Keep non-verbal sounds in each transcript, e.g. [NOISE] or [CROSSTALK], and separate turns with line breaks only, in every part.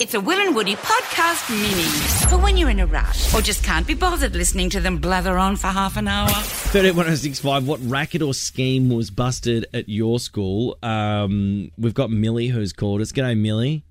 It's a Will and Woody podcast mini for when you're in a rush or just can't be bothered listening to them blather on for half an hour.
31065, what racket or scheme was busted at your school? Um, we've got Millie who's called us. G'day, Millie.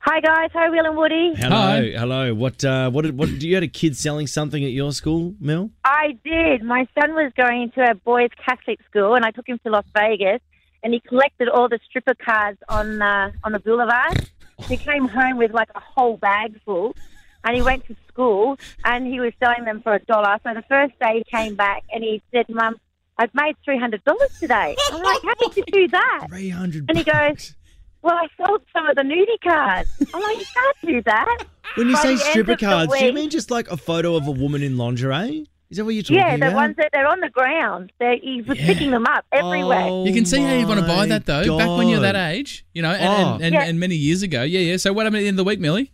Hi guys, hi Will and Woody.
Hello, hello. What, uh, what, did, what, do you had a kid selling something at your school, Mill?
I did. My son was going into a boys' Catholic school, and I took him to Las Vegas, and he collected all the stripper cards on uh, on the boulevard. He came home with like a whole bag full, and he went to school, and he was selling them for a dollar. So the first day he came back, and he said, "Mum, I've made three hundred dollars today." I'm like, "How did you do that?"
300
And he goes, "Well, I sold some of the nudie cards." I'm like, "You can't do that."
When you
by
say
the end
stripper
of the
cards, do you
week-
mean just like a photo of a woman in lingerie? Is that what you're talking
Yeah,
about?
the ones that they're on the ground. They he was picking them up everywhere.
Oh
You can see how you want to buy
my
that though. Back when you're that
God.
age, you know, and,
Oh.
and, and,
Yeah.
and many years ago. Yeah, yeah. So what happened at the end of the week, Millie?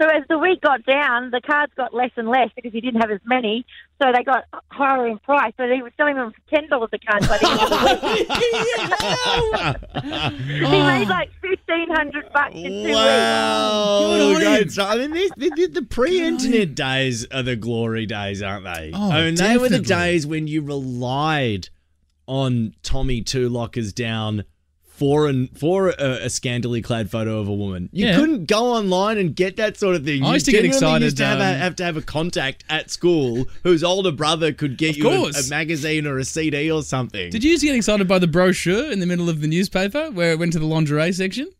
So as the week got down, the cards got less and less because he didn't have as many. So they got higher in price. So they were selling them for ten dollars a card by the end of the week.
[LAUGHS]
[LAUGHS] He made like fifteen hundred bucks in two
Wow.
Good on him.
Great. So, I mean, these- the, the, the pre-internet days are the glory days, aren't they?
Oh,
I mean, they were the
definitely.
days when you relied on Tommy Two Lockers down for an for a, a scandally clad photo of a woman. You
Yeah.
couldn't go online and get that sort of thing.
I
You
used to get
genuinely
excited,
Used to have, a,
um,
have to have a contact at school whose older brother could get
Of
you a, a
course.
magazine or a CD or something.
Did you used to get excited by the brochure in the middle of the newspaper where it went to the lingerie section?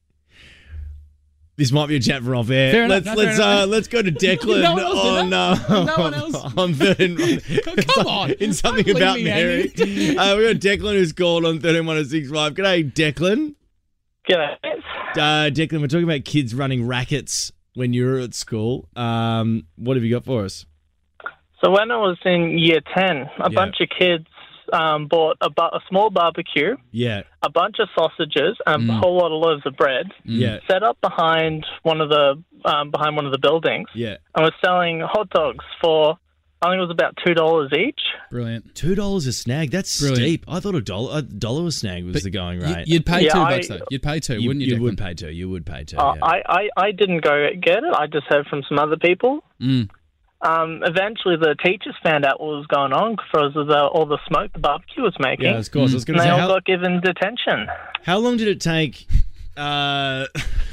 This might be a chat for off air.
Fair
let's
enough, no, fair
let's
enough.
uh, let's go to Declan
[LAUGHS] No one else did
on
that.
uh,
No one else.
[LAUGHS] on third [LAUGHS]
[LAUGHS] Come on.
in something
Don't leave
about
me
Mary. [LAUGHS] uh, we got Declan who's called on thirteen one zero six five. G'day, Declan.
G'day.
Uh, Declan, we're talking about kids running rackets when you were at school. Um, what have you got for us?
So when I was in year 10, a bunch of kids um, bought a, bu- a small barbecue,
Yeah,
a bunch of sausages, and a
Mm.
whole lot of loaves of bread,
yeah,
set up behind one of the um, behind one of the buildings,
yeah.
and was selling hot dogs for I think it was about two dollars each.
Brilliant.
Two dollars a snag. That's
Brilliant.
steep. I thought a dollar a dollar a snag was the going
You-
rate.
You'd pay
Yeah,
two
I-
bucks though. You'd pay two,
You-
wouldn't you?
you
Declan?
would pay two. You would pay two.
Uh,
yeah.
I, I I didn't go get it. I just heard from some other people.
Mm.
Um, eventually, the teachers found out what was going on because of the, all the smoke the barbecue was making.
yeah, of course. I was going
and
to
they
say
all
how,
got given detention.
How long did it take uh,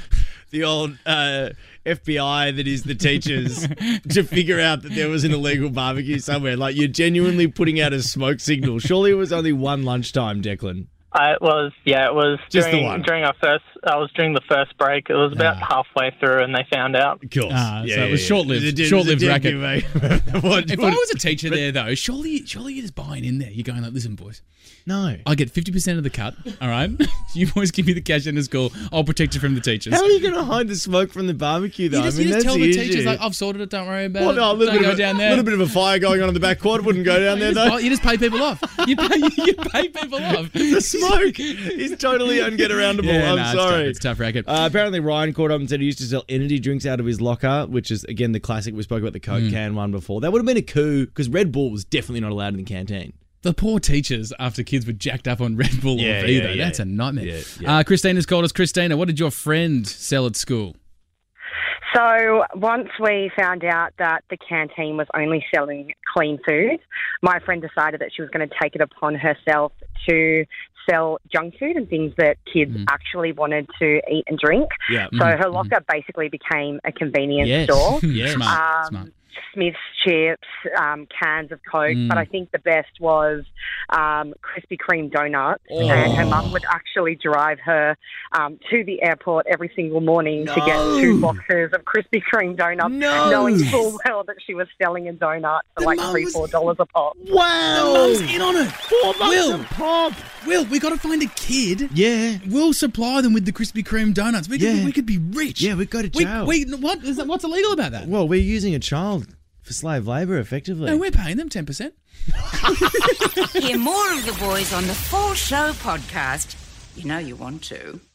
[LAUGHS] the old uh, FBI that is the
[LAUGHS]
teachers to figure out that there was an illegal barbecue somewhere? Like you're genuinely putting out a smoke signal. Surely it was only one lunchtime, Declan.
I was yeah, it was
Just the
during
one.
during our first. I was during the first break. It was about halfway through, and they found out.
Of course.
Ah, so it was short-lived- short-lived racket.
racket. [LAUGHS] what,
If I
what-
was a teacher there though, surely surely you're just buying in there. You're going like, listen, boys,
no.
I get fifty percent of the cut, all right? [LAUGHS] you boys give me the cash in the school, I'll protect you from the teachers.
How are you going to hide the smoke from the barbecue, though?
you
I
just,
mean,
you just
that's
tell
the
the
issue.
teachers like, I've sorted it, don't worry about
well, no, a
it.
little
Don't
bit,
go
of,
down there.
little bit of a fire going on in the back quad. Wouldn't
[LAUGHS]
go down there,
you,
though.
just buy- you just pay people off. You pay, [LAUGHS] you pay people off.
[LAUGHS] the
[LAUGHS]
smoke is totally unget-aroundable.
Yeah,
I'm
nah, it's tough.
sorry.
It's tough racket.
Uh, apparently, Ryan caught up and said he used to sell energy drinks out of his locker, which is again the classic we spoke about the
Hmm.
Coke can one before. That would have been a coup because Red Bull was definitely not allowed in the canteen.
the poor teachers after kids were jacked up on Red Bull
Yeah,
or
yeah,
Vita.
yeah.
That's a nightmare.
Yeah, yeah.
Uh, Christina's called us. Christina, what did your friend sell at school?
So once we found out that the canteen was only selling clean food, my friend decided that she was going to take it upon herself to sell junk food and things that kids actually wanted to eat and drink.
Mm. Yeah. mm-hmm,
So her locker basically became a convenience
Yes. [LAUGHS]
store.
Yes.
Smart,
Um,
smart.
Smith's chips, um, cans of Coke,
Mm.
but I think the best was um, Krispy Kreme donuts.
Oh.
And her mum would actually drive her um, to the airport every single morning to get two boxes of Krispy Kreme donuts,
No.
knowing full well that she was selling a donut for like three, four dollars a pop.
Wow.
Mum's in on it.
Four bucks
Will.
a pop.
Will, we got to find a kid.
Yeah.
We'll supply them with the Krispy Kreme donuts. We could,
Yeah.
we could be rich.
Yeah, we'd go to
we,
jail.
we, what is that, what's illegal about that?
Well, we're using a child for slave labor, effectively.
No, we're paying them 10%.
Hear more of the boys on the Full Show podcast. You know you want to.